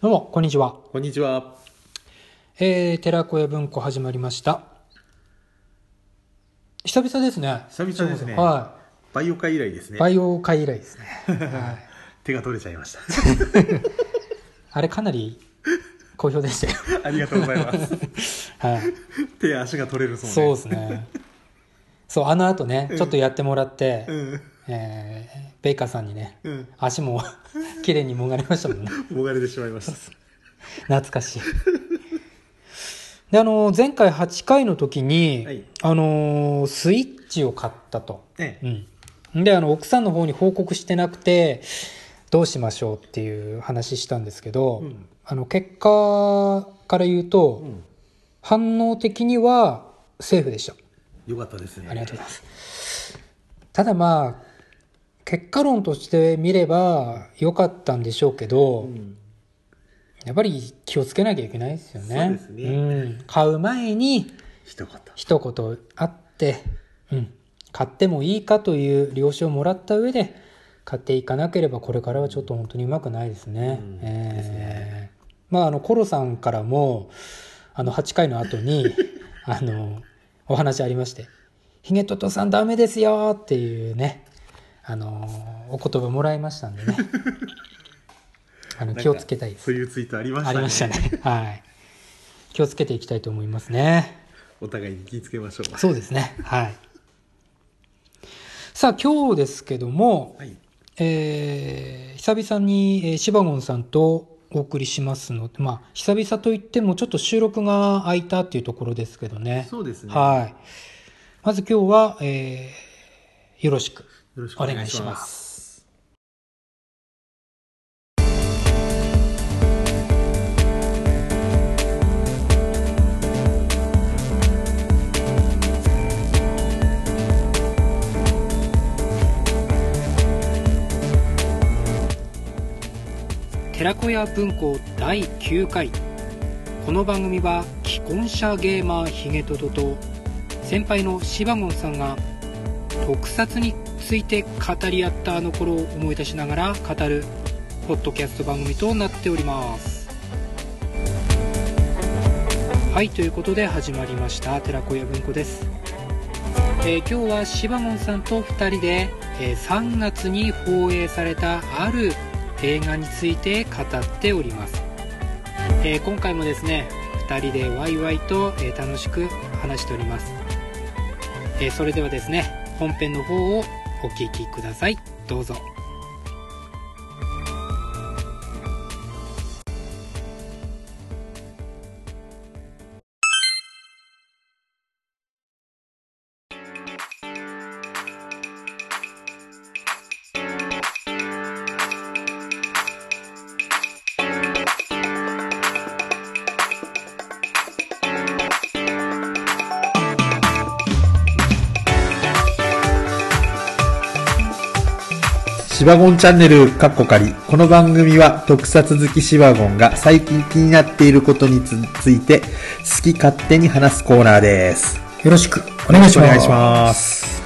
どうも、こんにちは。こんにちは。えー、寺子屋文庫始まりました。久々ですね。久々ですねはバイオ会以来ですい。ね。バイオ会以来ですね。はい。手が取れちゃいました。 あれかなり好評でした よ。ありがとうござい ます。はい。手や足が取れるそうそうね。ですね。そう、あの後ね、ちょっとやってもらって、うん。えー、ベイカーさんにね、うん。足も 綺麗にもがれましたもんね。もがれてしまいました。懐かしい。で、あのー、前回8回の時に、はいあのー、スイッチを買ったと。ねう。ん。で、あの、奥さんの方に報告してなくて、どうしましょうっていう話したんですけど、うんあの、結果から言うと、うん。反応的にはセーフでした。よかったですね。ありがとうございます。ただまあ、結果論として見れば良かったんでしょうけど、うん。やっぱり気をつけなきゃいけないですよね。そうですねうん。買う前に一言。一言あって、うん。買ってもいいかという了承をもらった上で、買っていかなければこれからはちょっと本当にうまくないですね。うんええですねまあ、あの、コロさんからも、あの、8回の後 に、あの、お話ありまして、ヒゲトトさんダメですよっていうね、あの、お言葉もらいましたん でね。あの、気をつけたいですそ。ういうツイートありましたあね。りましたね。はい。気をつけていきたいと思いますね。お互いに気をつけましょう。そうですね。はい。さあ、今日ですけども、はい。えー、久々に、えー、シバゴンさんとお送りしますので、まあ、久々といってもちょっと収録が空いたっていうところですけどね。そうですね。はい。まず今日は、えー、よろしく。よろしくおお願願いいししまます。す。寺子屋文庫第9回この番組は既婚者ゲーマーヒゲトドと先輩のシバゴンさんが特撮について語り合ったあの頃を思い出しながら語るポッドキャスト番組となっておりますはいということで始まりました寺子屋文庫です、えー今日はシバゴンさんと2人で、えー3月に放映されたある映画について語っております、えー今回もですね2人でワイワイと、えー楽しく話しておりますえーそれではですね本編の方をお聞きくださいどうぞシバゴンチャンネル、カッコカリ。この番組は特撮好きシバゴンが最近気になっていることにつついて、好き勝手に話すコーナーです。よろしくお願いしますお願いします。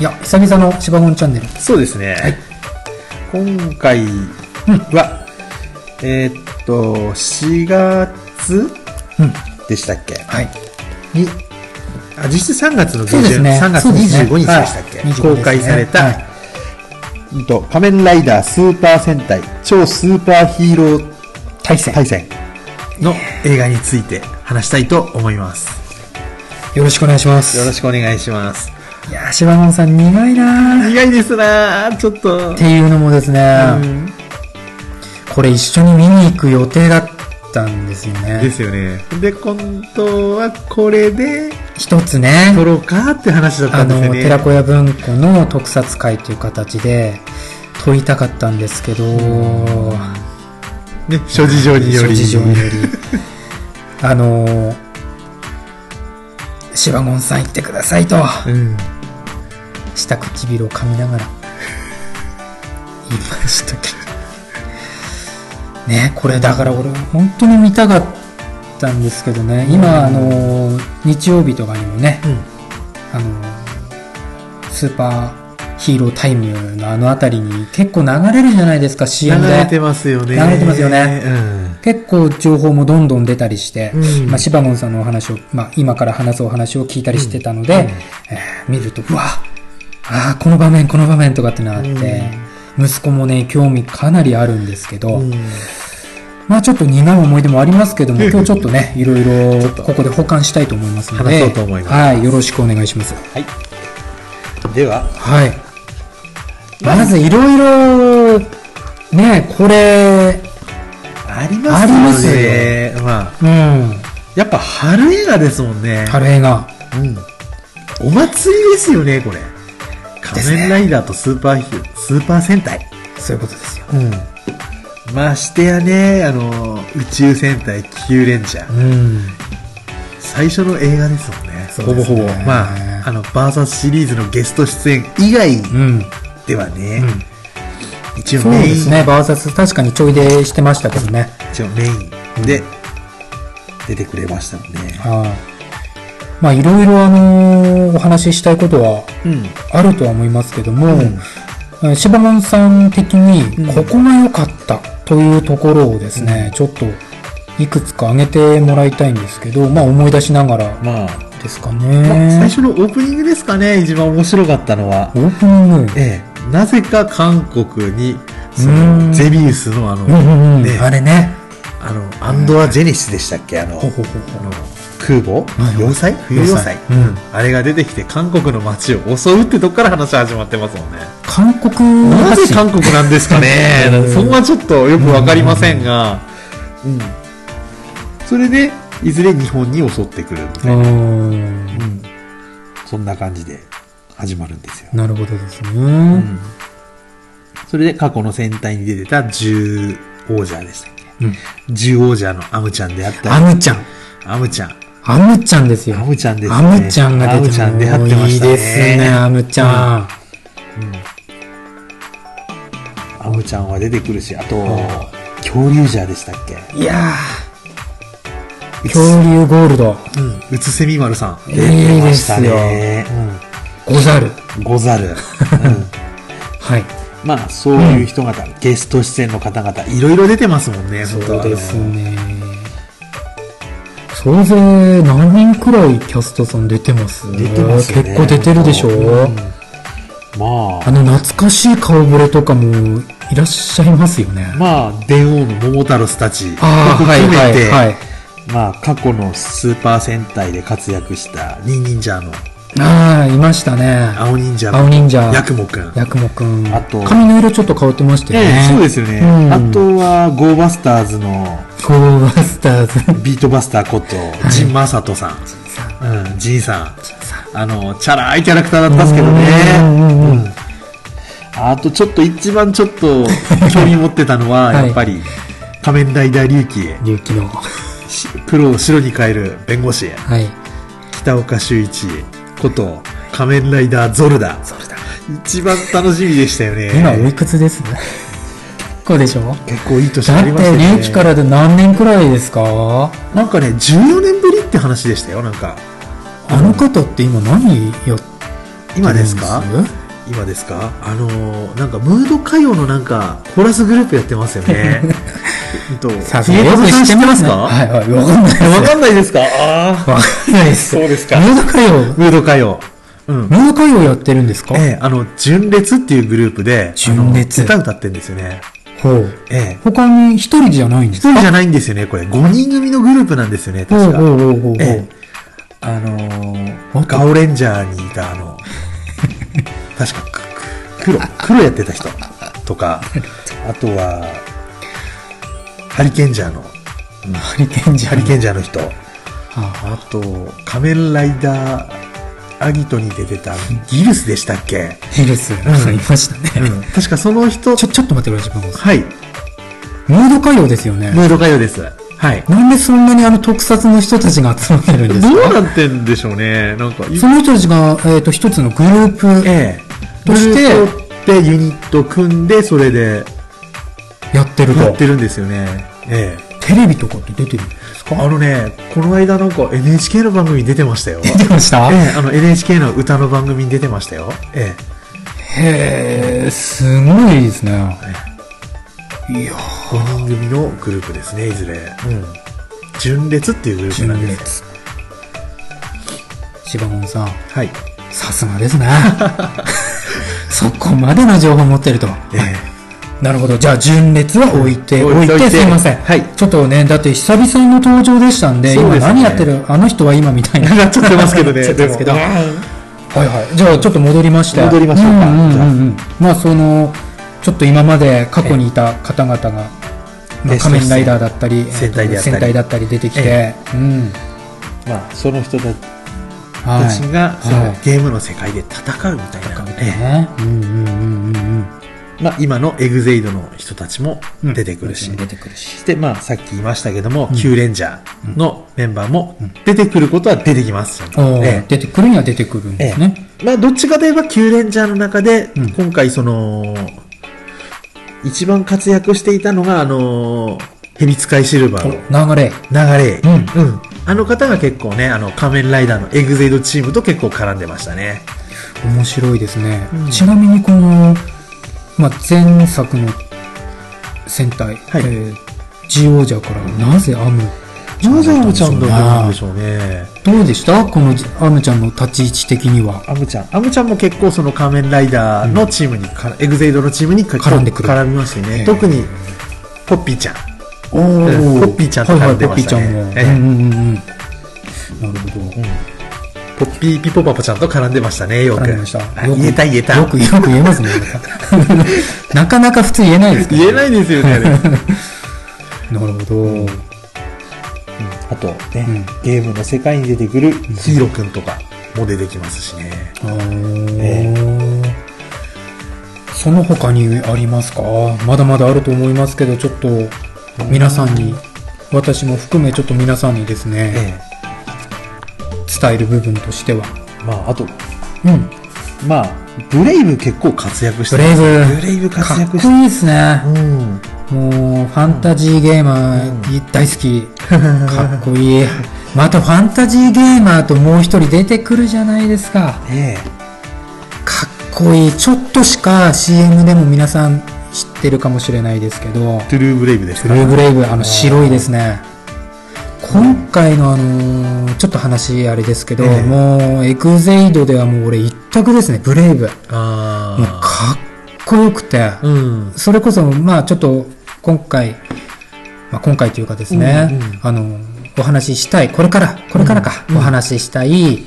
いや久々の芝本チャンネルそうですね。今回は、えーっと、4月うんでしたっけはいに、あ、実質3月のそうで下す旬、ね3月そうですね25日でしたっけ、はい25公開された、ですねうんと仮面ライダースーパー戦隊超スーパーヒーロー対戦対戦の映画について話したいと思います。よろしくお願いしますよろしくお願いします。いや芝本さん苦いなーっ苦いですなぁちょっと。ていうのもですね、うんこれ一緒に見に行く予定だったんですよでねすよね。で、今度はこれで、一つね撮ろうかって話だったあんですのよ寺ね。子屋文庫の特撮会という形で撮りたかったんですけど、ね、諸事情により。諸事情によりあのシバゴンさん行ってくださいとうん。下唇を噛みながら言いましたけどねこれだから俺本当に見たかったんですけどね今あの日曜日とかにもねあのスーパーヒーロータイムのあの辺りに結構流れるじゃないですか流 CM でれてますよね。流れてますよねうん。結構情報もどんどん出たりして、うんまあ、シバゴンさんのお話を、まあ、今から話すお話を聞いたりしてたので、えー見ると、うわあーこの場面、この場面とかってなって、息子もね、興味かなりあるんですけど、まあちょっと苦い思い出もありますけども、今日ちょっとね、いろいろここで保管したいと思いますので、話そうと思いますはい、よろしくお願いします。では、はい。まずいろいろ、ね、これ、ありありまますすよよね。まあ、うん、やっぱ春映画ですもんね。春映画。うん。お祭りですよね、これ。仮面ライダーとスーパーヒー、スーパー戦隊。そういうことですよ。うん。ましてやね、あの、宇宙戦隊気球レンジャー。うん。最初の映画ですもんね。そうですねほぼほぼ。まあ、あの、バーサスシリーズのゲスト出演以外うん。ではね、一応そうメでイすン、ね、バーサス確かにちょいでしてましたけどね。一応メインで出てくれましたもんね。はい。まあいろいろあのーお話ししたいことはうん。あるとは思いますけども、えーシバモンさん的に、ここが良かったというところをですね、ちょっといくつか挙げてもらいたいんですけど、まあ思い出しながらまあ、ですかまあ最ね。初のオープニングですかね、一番面白かったのはオ。ープニング。ええ、なぜか韓国に、そうのんゼビウスのあの、うんうんうん、ねあれね。あの、アンドア・ジェネシスでしたっけあの、あの空母い要塞冬要塞、要塞うんあれが出てきて韓国の街を襲うってとこから話始まってますもんね。韓国なぜ発信韓国なんですかねうんそこはちょっとよくわかりませんが、うん。それで、いずれ日本に襲ってくるみたいな、うん。うんそんな感じで始まるんですよ。なるほどですね。うんそれで過去の戦隊に出てた10王者でしたっけうん10王者のアムちゃんであったアり、ムちゃん。アムちゃん。アムちゃんですよア。ムちゃんですね。アムちゃんがア出ムてちゃんもでやってまいしいたね。ですね、アムちゃん。アムちゃんは出てくるし、あと、恐竜じゃでしたっけいやー、恐竜ゴールド、うん。うつせみ丸さん。いいですよ出てましたね。ゴザル。うん。ござ る。うんはい。まあ、そういう人々、ゲスト出演の方々、いろいろ出てますもんね、本当はね。総勢何人くらいキャストさん出てます出てますよね結構出てるでしょ、うんまああ、の懐かしい顔ぶれとかもいらっしゃいますよね。まあ、電王の桃太郎たち、ああ、はい含はめて、いはい。まあ、過去のスーパー戦隊で活躍した、ニン忍者の、ああ、いましたね。青忍者青の、忍者。ヤクモくん。ヤクモくん。あと髪の色ちょっと変わってましたよえねえ。そうですよね。うんあとは、ゴーバスターズの、ゴーバスターズ。ビートバスターこと、ジン・マサトさん。うん、ジンさん。あの、チャラいキャラクターだったんですけどうんうんうんね。うんあと、ちょっと、一番ちょっ と、興味持ってたのは、はいやっぱり、仮面ライダー龍騎、龍騎の。し黒を白に変える弁護士、はい。北岡修一こと、仮面ライダーゾルダ。一番楽しみでしたよね。今おいくつ です結構でしょ結構いい年になだっりてましたよね。隆起からで何年くらいですかなんかね、14年ぶりって話でしたよ、なんか。あの方って今何やって今るんでですすかか今ですかあのーなんか、ムード歌謡のなんか、コーラスグループやってますよ ね。えっと、さすひがげよこくぞさん知ってますねかはわいはい、わかんないです。わかんないですかあーかんないです。そうですかムード歌謡、ムード歌謡。うん。ムード歌謡やってるんですかええ、あの、純烈っていうグループで、純烈あの歌歌ってんですよね。ほう。ええ。他に一人じゃないんです一か人じゃないんですよね、これ。5人組のグループなんですよね、ほう確か。ほうほうほうほう。ええ、あのーもっとガオレンジャーにいたあの、 確かく黒、黒やってた人とか、あとは、ハリケンジャーの、ハリケンジャハーリケンジャーの人、はあと、仮面ライダー、アギトに出てたギルスでしたっけ、あ、ヘルス、いましたうね。ん、確かその人、ちょ、ちょっと待ってください、自分もはい、ムード歌謡ですよねム。ード歌謡です。はい。なんでそんなにあの特撮の人たちが集まってるんどでうすかなってんでしょうね、なんか、その人たちが、えー、と一つのグループええ、としてグループでユニット組んで、それで、やってるやとってるんですよね。ええ。テレビとかって出てるんですかあのね、この間なんか NHK の番組に出てましたよ。え出てましたえ、あの NHK の歌の番組に出てましたよ。えへえすごいですねいや5人組のグループですねいずれ、うん、純烈っていうグループなん純です烈柴門さんはいさす がですねそこまでの情報を持ってるとえなるほどじゃあ純烈は置いて置置いいとていてすいません、はいちょっとねだって久々の登場でしたんでそう今ですね何やってるあの人は今みたいな ー、なっちゃってますけどね なっちゃってますけどでもはいはい、じゃあちょっと戻りまして戻りましょうかんんんじゃあまあそのちょっと今まで過去にいた方々が、まあ、ゲスト出演仮面ライダーだったり戦隊であったり戦隊だったり出てきて、えうんまあ、その人たちはいが、そのはいゲームの世界で戦うみたいな、えねうんうんうんうんうんえまあ、今のエグゼイドの人たちもうん出てくるし、出てくるしで、まあ、さっき言いましたけども、キューレンジャーのメンバーも出てくることは出てきます。おえーえ出てくるには出てくるんですね、まあ、どっちかといえば、キューレンジャーの中で、うん今回、その、一番活躍していたのが、あのー、ヘビ使いシルバーのお流れ流れ。ううん。あの方が結構ね、あの、仮面ライダーのエグゼイドチームと結構絡んでましたね。面白いですね、うんちなみにこの、まあ、前作の戦隊、はいえー、ジオージャーからなぜアムなぜアムちゃんだだったたんんででししょうね。どうでしたこのアムちゃんの立ち位置的には。アムちゃん。アムちゃんも結構その仮面ライダーのチームにか、エグゼイドのチームに絡絡んでくる絡みましたね。ええ特に、ポッピーちゃん。おーポッピーちゃんと絡んでましたねはいはい、ポッええピーちゃんも。うんうんうんうん。なるほど。ポッピーピポパパちゃんと絡んでましたね、よく。絡んでました。あ言えた言えた。よくよく言えま すね。なかなか普通言えないですからね言えないですよね、あれなるほど。 あとね、うんゲームの世界に出てくるヒーローくんとかも出てきますしね。あーえその他にありますかまだまだあると思いますけど、ちょっと皆さんに、私も含めちょっと皆さんにですね、え伝える部分としては。えまあ、あと、うん。まあ、ブレイブ結構活躍してブレイブブレイブ活かっ躍こしていいですね。うん。もう、ファンタジーゲーマー大好 き。かっこいい。まあ、あと、ファンタジーゲーマーともう一人出てくるじゃないですか。ねかっこいい。ちょっとしか CM でも皆さん知ってるかもしれないですけどえ。、トゥルーブレイブですブからルーブレイブ、あの、白いですね。今回のあのーちょっと話あれですけど、ええもう、エグゼイドではもう俺一択ですね、ブレイブ。もうああ。かっこよくて。うん。それこそ、まあちょっと今回、まあ、今回というかですね、うんうんあの、お話ししたい、これから、これからか、お話ししたい、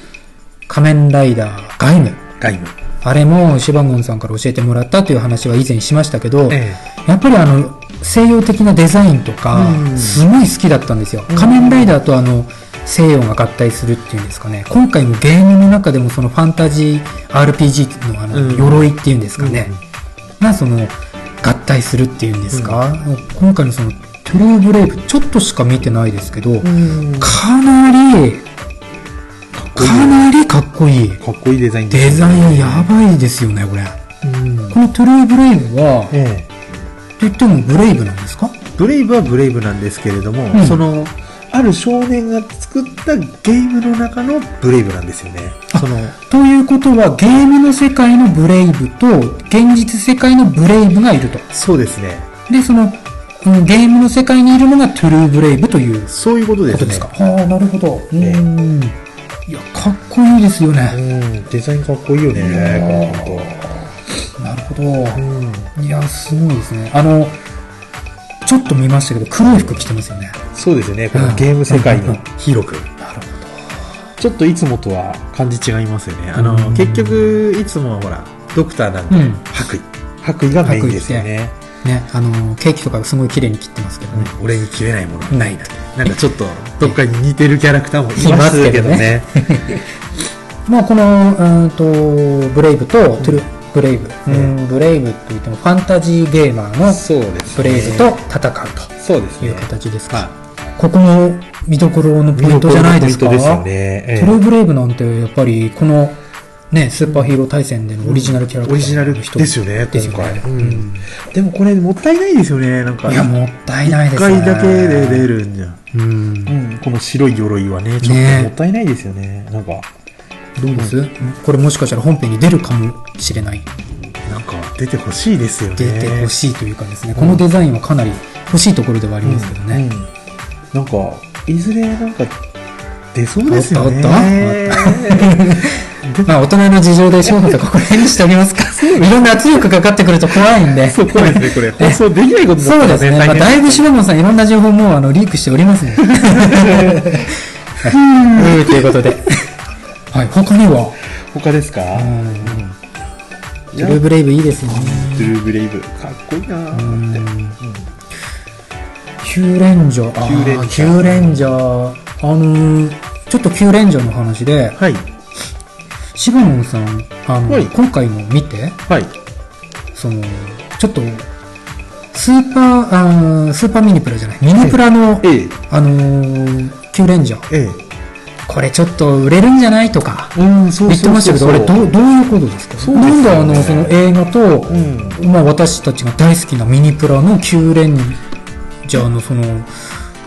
仮面ライダーガイム。外部。あれも、シバゴンさんから教えてもらったという話は以前しましたけど、えやっぱりあの、西洋的なデザインとかう、んすごい好きだったんですよ。仮面ライダーとあの、西洋が合体するっていうんですかね。今回もゲームの中でもそのファンタジー RPG のあうの、ん鎧っていうんですかね。うんがその合体するっていうんですか、今回のそのトゥルーブレイブちょっとしか見てないですけど、うん。かかなりっこいいかなりかっこいいかっこいいデザインデザインやばいですよねこれうん。このトゥルーブレイブはとええ。言ってもブレイブなんですかブレイブはブレイブなんですけれども、うんその、ある少年が作ったゲームの中のブレイブなんですよね。その、ということはゲームの世界のブレイブと現実世界のブレイブがいるとそうですね。でそのうんゲームの世界にいるのがトゥルーブレイブというそういうことでこすとね。ですか、ああなるほどうええんいやかっこいいですよね、うん、デザインかっこいいよね、こなるほど。の人。うん。いや、すごいですね。あの、ちょっと見ましたけど、黒い服着てますよね。そうですね、こうのんゲーム世界のヒーロー君。なるちょっといつもとは感じ違いますよね。あうの、ん結局、いつもはほら、ドクターなんで、うん白衣。白衣がメインですよね。ほど。ね、あの、ケーキとかすごい綺麗に切ってますけどね。俺に切れないものはないと。なんかちょっと、どっかに似てるキャラクターもいますけどね。まあ、この、うーんと、ブレイブと、トゥル、ブレイブ、んうんブレイブといっても、ファンタジーゲーマーのそうですねブレイブと戦うそうですとね。いう形ですか。はいここも見どころのポイントじゃないですか。ポイントですよね。ええトゥルーブレイブなんてやっぱりこのねスーパーヒーロー対戦でのオリジナルキャラクタオーリジナルの人ですよね、です今よ回ね。うんでもこれもったいないですよね、なんか。いやもったいない一ですね回だけで出るんじゃん。うんうん、この白い鎧はね、ちょっねともったいないですよね。なんか、どうです、これもしかしたら本編に出るかもしれないなんか出てほしいですよね。出てほしいというかですね、このデザインはかなり欲しいところではありますけどね。うんうんなんか、いずれなんか出そうですよね。あったまあ、大人の事情で商品とここら辺にしておきますか。いろんな圧力かかってくると怖いんで。そう、怖いですね、これ。放送できないことだそうったらですね。大まあ、変だいぶ柴門さん、いろんな情報もうあのリークしておりますね。はいということで。はい、他には、他ですかうん、トゥルーブレイブいいですよね。トゥルーブレイブ。かっこいいなうぁんキューレンジャー、あキューレンジャーーキューレンジャー、あのーちょっとキューレンジャーの話で、はい。柴門さん、あの、はい今回の見て、はい。その、ちょっと、スーパー、あースーパーミニプラじゃない、ミニプラの、ええ。あのーキューレンジャー、えこれちょっと売れるんじゃないとか、え。うん、そ言ってましたけど、あれどう、どういうことですかそうですよねなんであの、その映画と、うん。まあ、私たちが大好きなミニプラのキューレンジャーのその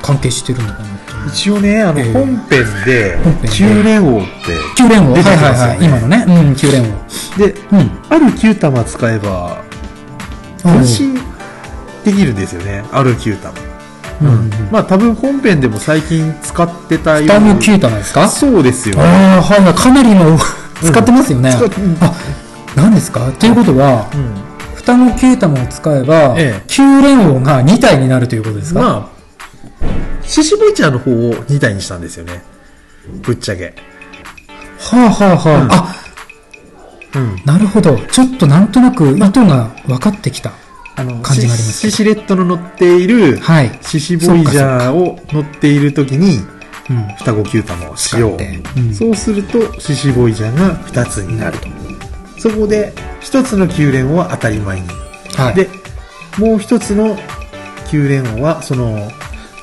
関係してるのかなっていう一応ね、あの、ええ本編で本編で、九連王っキューレン王、は出いてきますよねはいはい今のね、うん、キューレン王て、で、うんある9玉使えば、安心できるんですよね、ある9玉。うんうんうんまあ多分本編でも最近使ってたようダムキュータなんですかそうですよ。ああはいはいかなりの使ってますよね、使っうんあ何ですかっていうことはうん。双子キュータマを使えば、ええキューレン王が2体になるということですか、まあ、シシベイチャーの方を2体にしたんですよね。ぶっちゃけ。はあはあはあ、うんあうん。なるほどちょっとなんとなく意図が分かってきたあの、感じがありますシシシレットの乗っている、はい、シシボイジャーを乗っている時に、うん、双子キュータマをしよ使ってう。うんそうすると、シシボイジャーが2つになると。そこで、1つの9連王は当たり前に。はいで、もう1つの9連王は、その、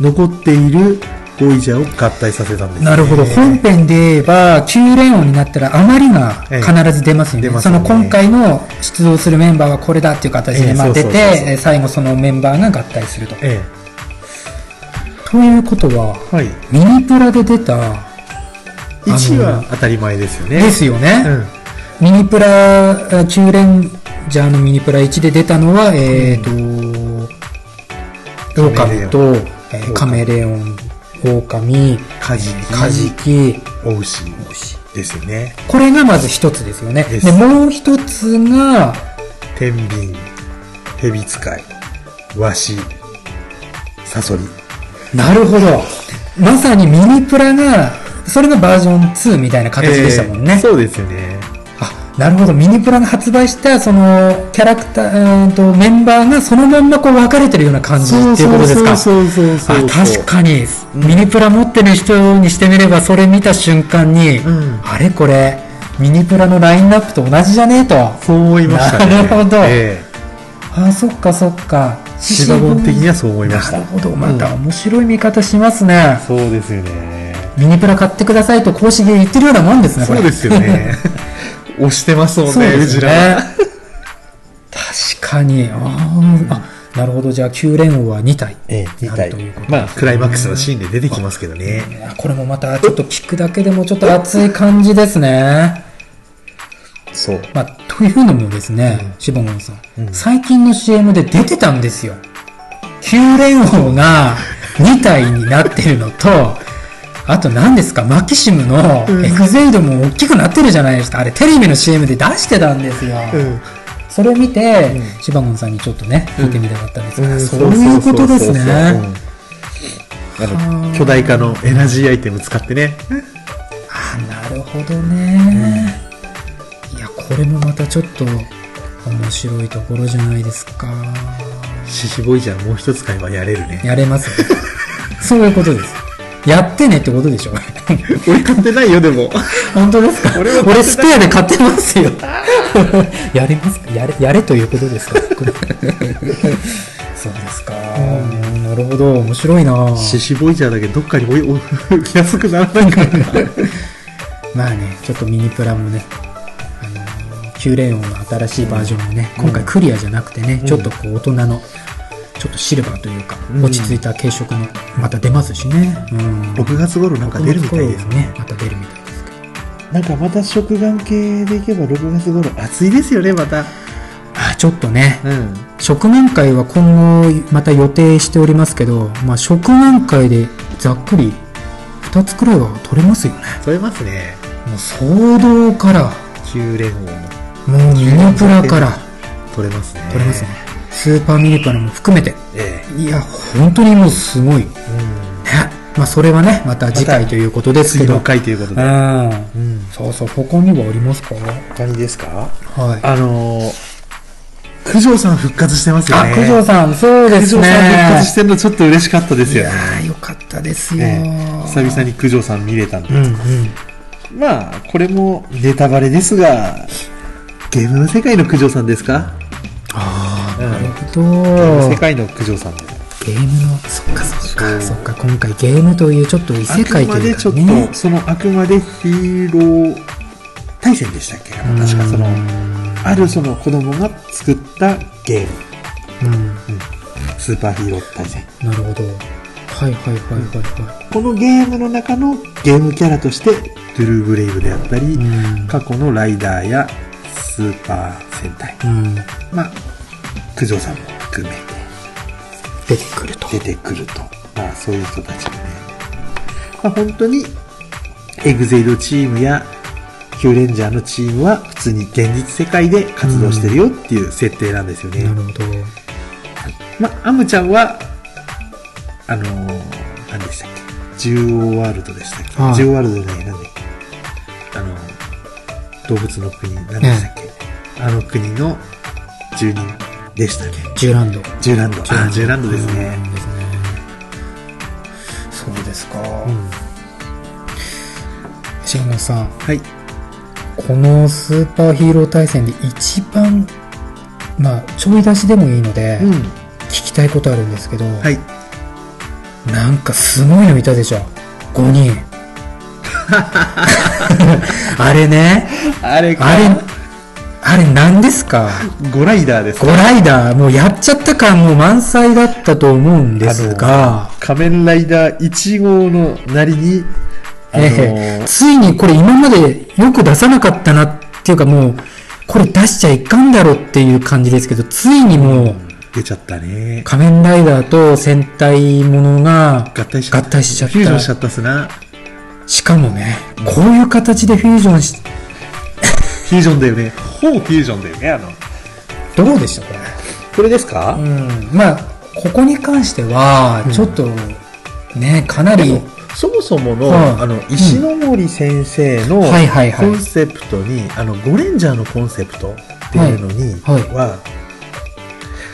残っているボイジャーを合体させたんですね、なるほど、本編で言えば、9連音になったら、余りがええ必ず出ますよね、出ますそよねの今回の出動するメンバーはこれだっていう形えでえまあそうそう出そうて、そうえー最後、そのメンバーが合体すると。えということは、え。はい。ミニプラで出た、 1は当たり前ですよね。ですよね、うん。ミニプラ、9連ジャーのミニプラ1で出たのは、えーと、オオカミと、えーカメレオン、オオカミ、カジキ、カジキ、オウシですよね。これがまず一つですよね。ですで、もう一つが、天秤、ヘビ使い、ワシ、サソリ。なるほど。まさにミニプラが、それがバージョン2みたいな形でしたもんえーね。そうですよね。あ、なるほど。ミニプラが発売した、その、キャラクター、うーんと、メンバーがそのまんまこう分かれてるような感じっていうことですか。そうそうそうそう。あ確かに、ミニプラ持ってる人にしてみれば、それ見た瞬間に、んあれこれ、ミニプラのラインナップと同じじゃねえと。そう思いましたね。なるほどえあ、そっかそっか。えシバゴン的にはそう思いましなたる。ほど、また面白い見方しますね。そうですよね。ミニプラ買ってくださいと公式で言ってるようなもんですね、そこれ。うですよね。 押してますもんそうね、でうすちらよねは。。 確かに。あーあ、なるほど。じゃあ、9連王は2体。ええ、2体なるということ。まあ、クライマックスのシーンで出てきますけどね。あこれもまた、ちょっと聞くだけでもちょっと熱い感じですね。そう。まあ、というのもですね、シボゴンさん,、うん最近の CM で出てたんですよ。9連 王が2体になってるのと、あと何ですか、マキシムのエグゼイドも大きくなってるじゃないですか。あれ、テレビの CM で出してたんですよ。うん。それを見て、うシバゴンさんにちょっとね、聞いてみたかったんですうが、んそういうことですそうそうそうそうね。うんあの巨大化のエナジーアイテム使ってね。あなるほどね、いや、これもまたちょっと面白いところじゃないですか。シシボイジャーもう一つ買えばやれるね。やれますよそういうことです。やってねってことでしょ。 俺買ってないよ、でも。本当ですか俺は買って俺ないスペアで買ってますよ。 やれますかやれ、やれということですかそうですか、うんなるほど。面白いな シシボイジャーだけどどっかにおいお 気安くならないからな。 まあね、ちょっとミニプラもね、あのー、9連音の新しいバージョンもね、今回クリアじゃなくてね、ちょっとこう大人の、ちょっとシルバーというか、うん落ち着いた軽色の、また出ますしね。うん。 6月頃なんか出るみたいですね。ね。また出るみたいですけど。なんかまた食玩系でいけば6月頃暑いですよね、また。ちょっとね、うん。食面会は今後また予定しておりますけど、まあ、食面会でざっくり2つくらいは取れますよね取れますね。もう騒動から9連合ももうミニプラから取れますね。取れますね、スーパーミニプラも含めてえいや本当にもうすごいねえ。うん。まあそれはねまた次回ということですけ次ど、の回ということうで。んうん。そうそう他にはありますか他にですかはいあのー、九条さん復活してますよあね。九条さんそうで九す条ねさん復活してるのちょっと嬉しかったですいよやね。ーよかったですよ、ええ久々に九条さん見れたんでう。んうんまあ、これもネタバレですが、ゲームの世界の九条さんですかああ、うんなるほどゲームの世界の九条さんです。ゲームのそっかそっそかうそっか今回ゲームというちょっと異世界あくとまいでうちょかっねと、そのあくまでヒーロー対戦でしたっけ確かそのうん、あるその子供が作ったゲーム。うんスーパーヒーロー対戦。なるほどはいはいはいはいはこのゲームの中のゲームキャラとして、トゥルーブレイブであったりい、うん過去のライダーやスーパー戦隊、うんまあ、九条さんも含め出てくると出てくると、まあ、そういう人たちがね、まあ、本当にエグゼイドチームやヒューレンジャーのチームは普通に現実世界で活動してるよっていう設定なんですよね、なるほどまあ、アムちゃんはあのー、何でしたっけジュオワールドでしたっけ、はいジュオワールドじゃないなんだっけあのー動物の国何でしたっけ、あの国の住人でしたっけジュランドジュランドあージュランドですね、うんですねそうですかうん島本さんはいこのスーパーヒーロー対戦で一番まあちょい出しでもいいので、うん聞きたいことあるんですけど、はいなんかすごいのいたでしょ5人あれねあれあれあれ何ですかゴライダーですゴライダーもうやっちゃった感も満載だったと思うんですが、仮面ライダー1号のなりにあのーええついにこれ今までよく出さなかったなっていうかもうこれ出しちゃいかんだろっていう感じですけどついにもう出ちゃったね仮面ライダーと戦隊ものが合体しちゃ合った体しちゃっフュージョンしちゃたったっすなしかもねこういう形でフュージョンしフュージョンだよねほうフュージョンだよねあのどうでしたこれこれですかうんまあここに関してはちょっとねかなりそもそもの,、はいあの石ノ森先生のはいはいはコいンセプトに、あのゴレンジャーのコンセプトっていうのには、はい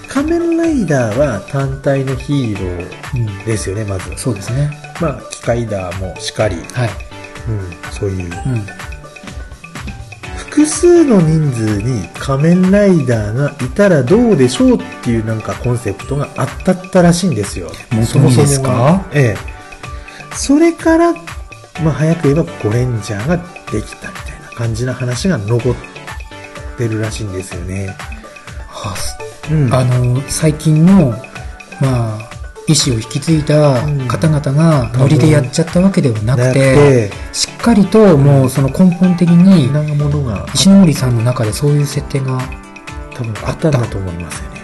仮面ライダーは単体のヒーローうんですよねまず、そうですねまあ、機械ダーもしかり、はいうん、そういううん複数の人数に仮面ライダーがいたらどうでしょうっていうなんかコンセプトがあったったらしいんですよ。元にですそもそかもはええ。それから、まあ早く言えばゴレンジャーができたみたいな感じな話が残ってるらしいんですよね。はうんあの最近のまあ意思を引き継いだ方々がノリでやっちゃったわけではなくて、、しっかりともうその根本的になくて、なんかものが石森さんの中でそういう設定が多分あったんだと思いますよね。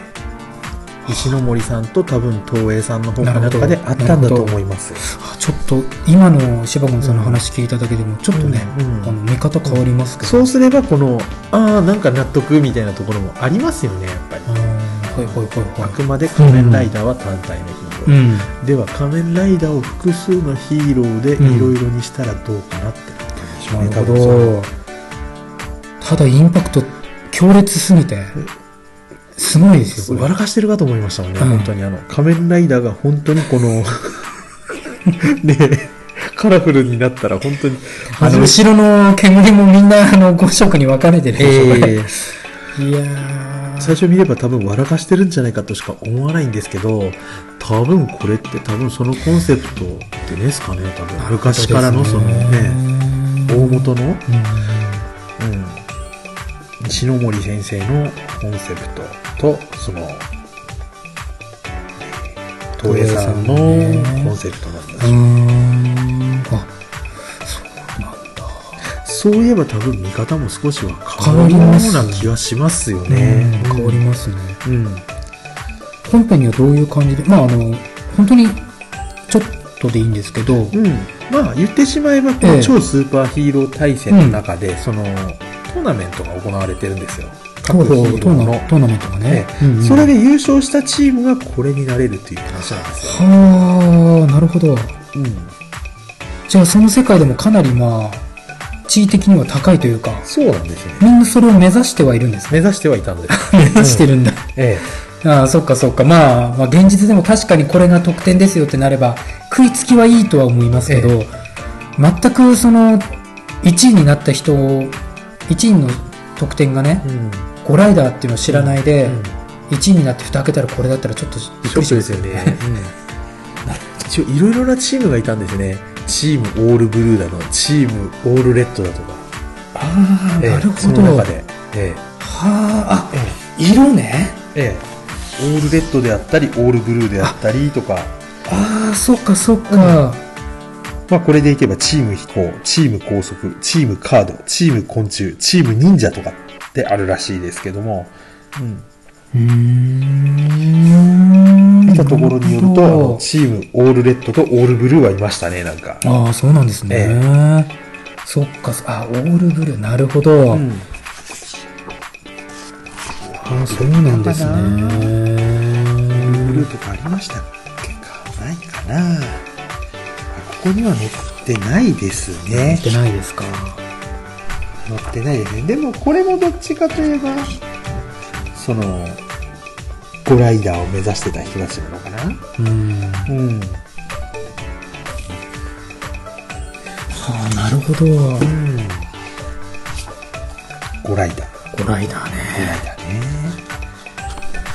石ノ森さんと多分東映さんの方かなんかであったんだと思います。あちょっと今の柴本さんの話聞いただけでもちょっとね、うんうんあの見方変わりますけど、そうすればこのああなんか納得みたいなところもありますよねやっぱりあーはいはいはあいはいくまで仮面ライダーは単体のヒーうロー、んでは仮面ライダーを複数のヒーローでうんいろいろにしたらどうかなってなったんでしょうね、なるほ多分どただインパクト強烈すぎてすごいですそよのこれ笑かしてるかと思いましたもんね、うん本当にあの仮面ライダーが本当にこ のねカラフルになったら本当にあの後ろの煙もみんなあの5色に分かれてるでしょ、これえーいやー最初見れば多分笑かしてるんじゃないかとしか思わないんですけど多分これって多分そのコンセプトってですかね多分昔からのそのね大元の、うんうん、篠森先生のコンセプトとその東映さんのコンセプトなんだし、うーんあそうなんだそういえば多分見方も少しは変変わわるりようますな気はしますよねね。変わりますね。うん。本編にはどういう感じで、まああの、本当にちょっとでいいんですけど、うん。まあ言ってしまえば、こえのえ超スーパーヒーロー対戦の中で、その、トーナメントが行われてるんですよ。各ヒトーローーのナ。トーナメントがえ。ねえうんうんそれで優勝したチームがこれになれるという話なんですよ。はあ、なるほど。うん。じゃあその世界でもかなりまあ、地位的には高いというか、そうなんですね。みんなそれを目指してはいるんですね。目指してはいたんです。 目指してるんだ。えああ、そっかそっか。まあ、まあ、現実でも確かにこれが得点ですよってなれば、食いつきはいいとは思いますけど、え全くその、1位になった人を、1位の得点がねえ。、うん。 5ライダーっていうのを知らないで、うん1位になって蓋開けたらこれだったらちょっとびシっョくッりしクまですすよね。一応いろいろなチームがいたんですね。チームオールブルーだの、チームオールレッドだとか。ああ、ええなるそほど。の中はで。えあ、ええあ、色ね。えええオールレッドであったり、オールブルーであったりとか。ああ、そっかそっか。まあこれでいけばチーム飛行、チーム高速、チームカード、チーム昆虫、チーム忍者とかってあるらしいですけども。うん。うーん。見たところによると、あなほのどチームオールレッドとオールブルーはいましたね、なんか。ああ、そうなんですね。えそっか、そあ、オールブルー、なるほど。うんああ、そうなんですなのかブルね。ーとかありましたっけかないかなあここには載ってないですやねってないですか。載ってないですねでもこれもどっちかといえばそのゴライダーを目指してた人たちなのかなうん。はうんあ、なるほど。ゴゴライダーライダーゴラね。イダーね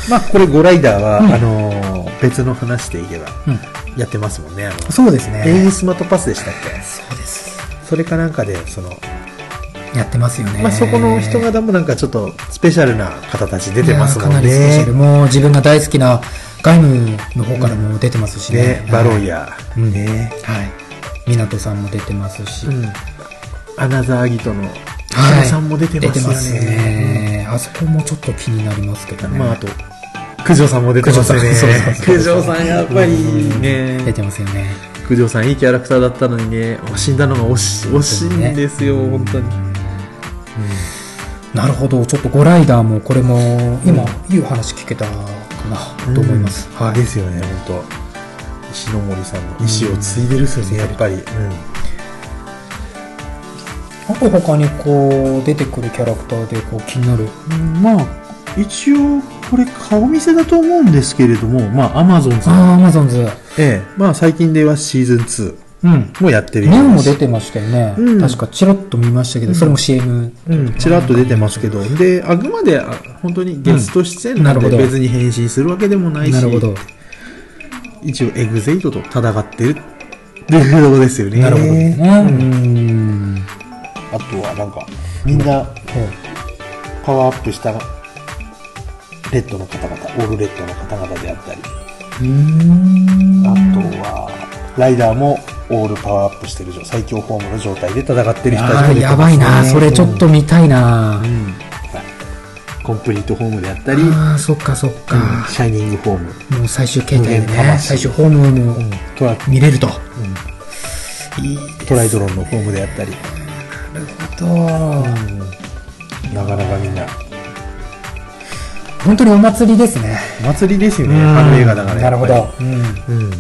まあこれゴライダーは、あのー別の話でいけばうん。やってますもんねあのそうですね。エースマートパスでしたっそうです。けそれかなんかでそのやってますよね。まあ、そこの人方もなんかちょっとスペシャルな方たち出てますもんいやーかなりスペシャル。ね。もう自分が大好きな外務の方からも出てますしね。ね、バロイヤー、うんね、はい。港さんも出てますし。アナザーギトのはい北田さんも出て出まてすよますね。ね。あそこもちょっと気になりますけどうんね。まあ、あと、九条さんも出てますよね九条さんそうそう。そう九条さん、やっぱり出ね、てますよね。九条さんいいキャラクターだったのにね、死んだのが惜し惜しいんですよ、本当に。なるほど。ちょっとゴライダーもこれも今、いいお話聞けたかなと思います。うんですよね、本当。石ノ森さんの石を継いでるっすよね、やっぱり。うんあと他にこう出てくるキャラクターでこう気になる。まあ、一応、これ顔見せだと思うんですけれども、まあ、アマゾンさん。ああ、アマゾンズ。ええ。まあ、最近ではシーズン2うん。もやってるようネオもです出てましたよね。うん確かチラッと見ましたけど、それも CM。うん、ちらっと出てますけど、で、あくまで、あ本当にゲスト出演なのうんなで、るほど別に変身するわけでもないし、なるほど。一応、エグゼイトと戦ってるっていうことですよね。なるほどね。うんうん。あとは、なんか、みんな、パワーアップした、レッドの方々、オールレッドの方々であったり、うん。あとは、ライダーもオールパワーアップしてる状最強フォームの状態で戦ってる人たちあも出てます、あ、ね、やばいな。それちょっと見たいなうん、。うんコンプリートフォームであったり、ああ、そっかそっか。シャイニングフォーム、もう最終形態で無限ね、魂最終ホームもトラ見れると。いいトライドロンのフォームであったり、と、なかなかみんな、本当にお祭りですね。お祭りですよね、うん春映画だからなやるっぱほり。ど。うんうん。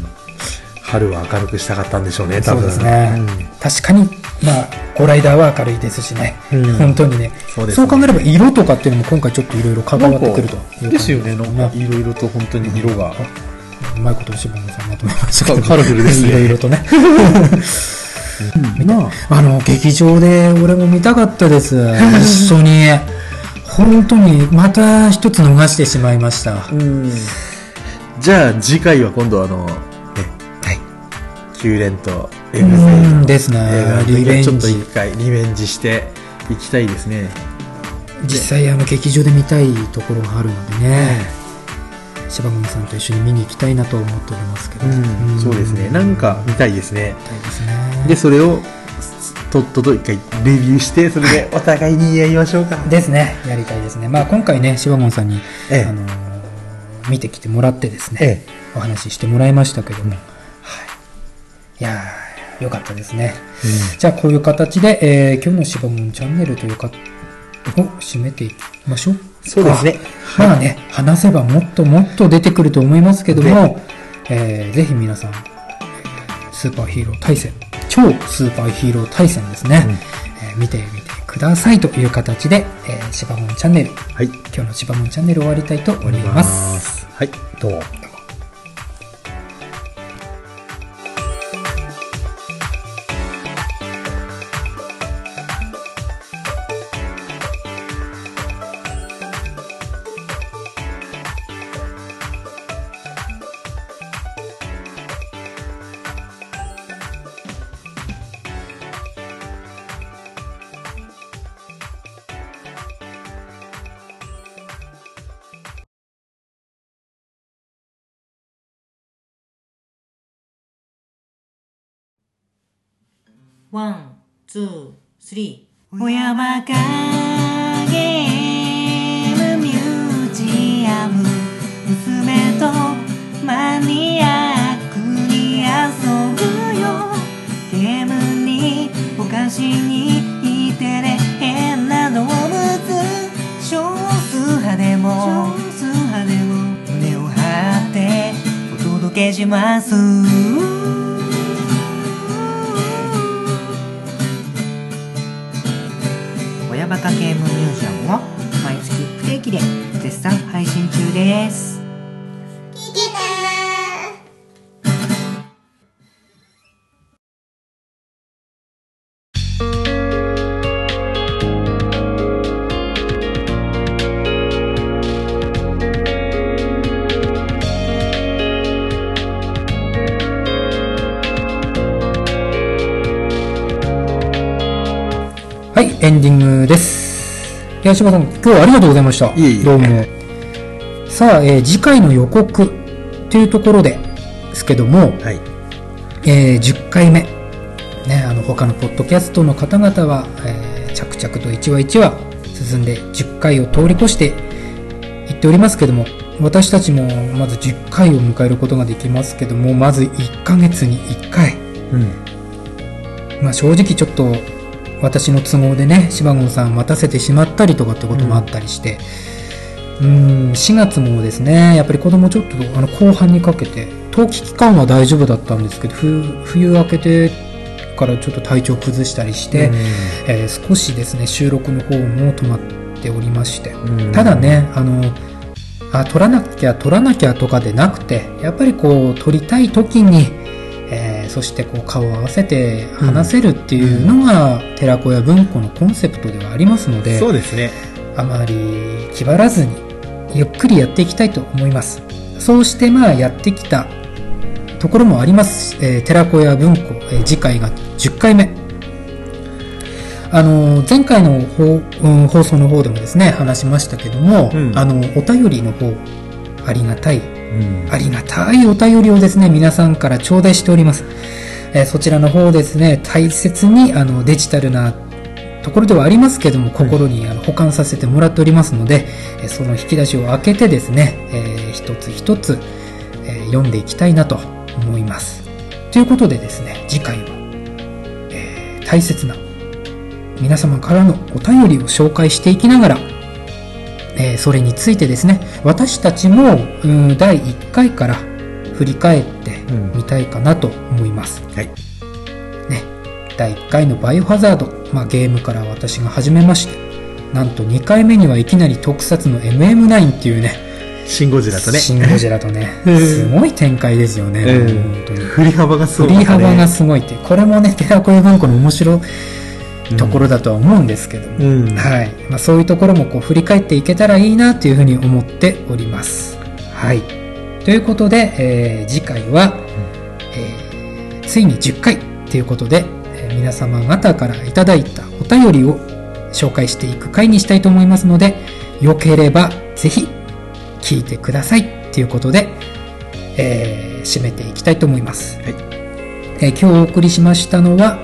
春は明るくしたかったんでしょうね、多そう分。ですね。確かに、まあ、ゴライダーは明るいですしね。うん本当にね。そうですね考えれば、色とかっていうのも今回ちょっといろいろ関なわんってくるという感かじ。ですよね、なんかいろいろと本当に色が。うまいこと渋野さんまとめましたけど。カラフルですねいろいろとね。まあ、あの、劇場で俺も見たかったです。一緒に。本当に、また一つ逃してしまいました。はうん。じゃあ次回は今度あの、ね、い。 9連とエグゼイトうのんですね映画なん。でリベちょっンと一ジ。回リベンジしていきたいですね。実際、あの、劇場で見たいところがあるのでね。柴門さんと一緒に見に行きたいなと思っておりますけど。そうですね。なんか見たいですね。見たいですね。で、それを、とっとと一回レビューして、それでお互いに言い合いましょうか。ですね。やりたいですね。まあ今回ね、シバゴンさんに、ええあのー見てきてもらってですね、えお話ししてもらいましたけども、はい。いやー、よかったですね。じゃあこういう形で、えー今日のシバゴンチャンネルというか、を締めていきましょう。そうですね。か。まあね、話せばもっともっと出てくると思いますけども、えーぜひ皆さん、スーパーヒーロー対戦、超スーパーヒーロー対戦ですね、うんえー見てみてくださいという形で、えー、シバモンチャンネル、はい。今日のシバモンチャンネル終わりたいと思いいます。す。はい、どうも。ワン、ツー、スリー。小山かゲームミュージアム娘とマニアックに遊ぶよゲームにお菓子にいてね変な動物少数派でも少数派でも胸を張ってお届けします親バカゲームミュージアムを毎月不定期で絶賛配信中です。はい、エンディングです。いや、柴さん、今日はありがとうございました。いえいえどうも。さあ、えー次回の予告というところで、ですけども、はい。えー10回目、ね、あの他のポッドキャストの方々は、えー着々と1話1話進んで10回を通り越していっておりますけども私たちもまず10回を迎えることができますけどもまず1ヶ月に1回、うん。まあ、正直ちょっと私の都合でね柴ゴンさん待たせてしまったりとかってこともあったりして、うん、4月もですねやっぱり子供ちょっとあの後半にかけて冬季期間は大丈夫だったんですけど冬冬明けてからちょっと体調崩したりして、えー少しですね収録の方も止まっておりまして、うんただ、ねあのあ撮らなきゃ撮らなきゃとかでなくてやっぱりこう撮りたい時に、えーそしてこう顔を合わせて話せるっていうのが、寺子や文庫のコンセプトではありますのでそうですね。あまり気張らずにゆっくりやっていきたいと思いますそうしてまあやってきたところもあります、えー、寺子屋文庫、えー次回が10回目あのー前回の放,、うん放送の方でもですね話しましたけども、うんあのお便りの方ありがたいうん。ありがたいお便りをですね、皆さんから頂戴しております。えーそちらの方をですね、大切にあのデジタルなところではありますけども、心にあの保管させてもらっておりますので、えーその引き出しを開けてですね、えー一つ一つ、えー読んでいきたいなと思います。ということでですね、次回は、えー大切な皆様からのお便りを紹介していきながら、えーそれについてですね私たちもうん第1回から振り返ってうんみたいかなと思います、はい。ね第1回の「バイオハザード」まあ、ゲームから私が始めましてなんと2回目にはいきなり特撮の MM9 っていうねシンゴジラとね。シン・ゴジラ とねうんすごい展開ですよね、うん本当に振り幅がす振ごい、り幅がすごいっていうこれもね寺子屋文庫の面白いところだとは思うんですけども、うん。はいまあ、そういうところもこう振り返っていけたらいいなというふうに思っております。はい、ということで、えー次回は、えーついに10回ということで、えー皆様方からいただいたお便りを紹介していく回にしたいと思いますのでよければぜひ聞いてくださいということで、えー締めていきたいと思います。はいえー今日お送りしましたのは、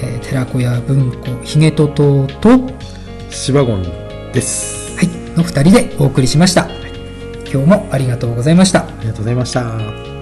えー寺子屋文庫ひげととうと、はい、シバゴンです。の2人でお送りしました今日もありがとうございましたありがとうございました。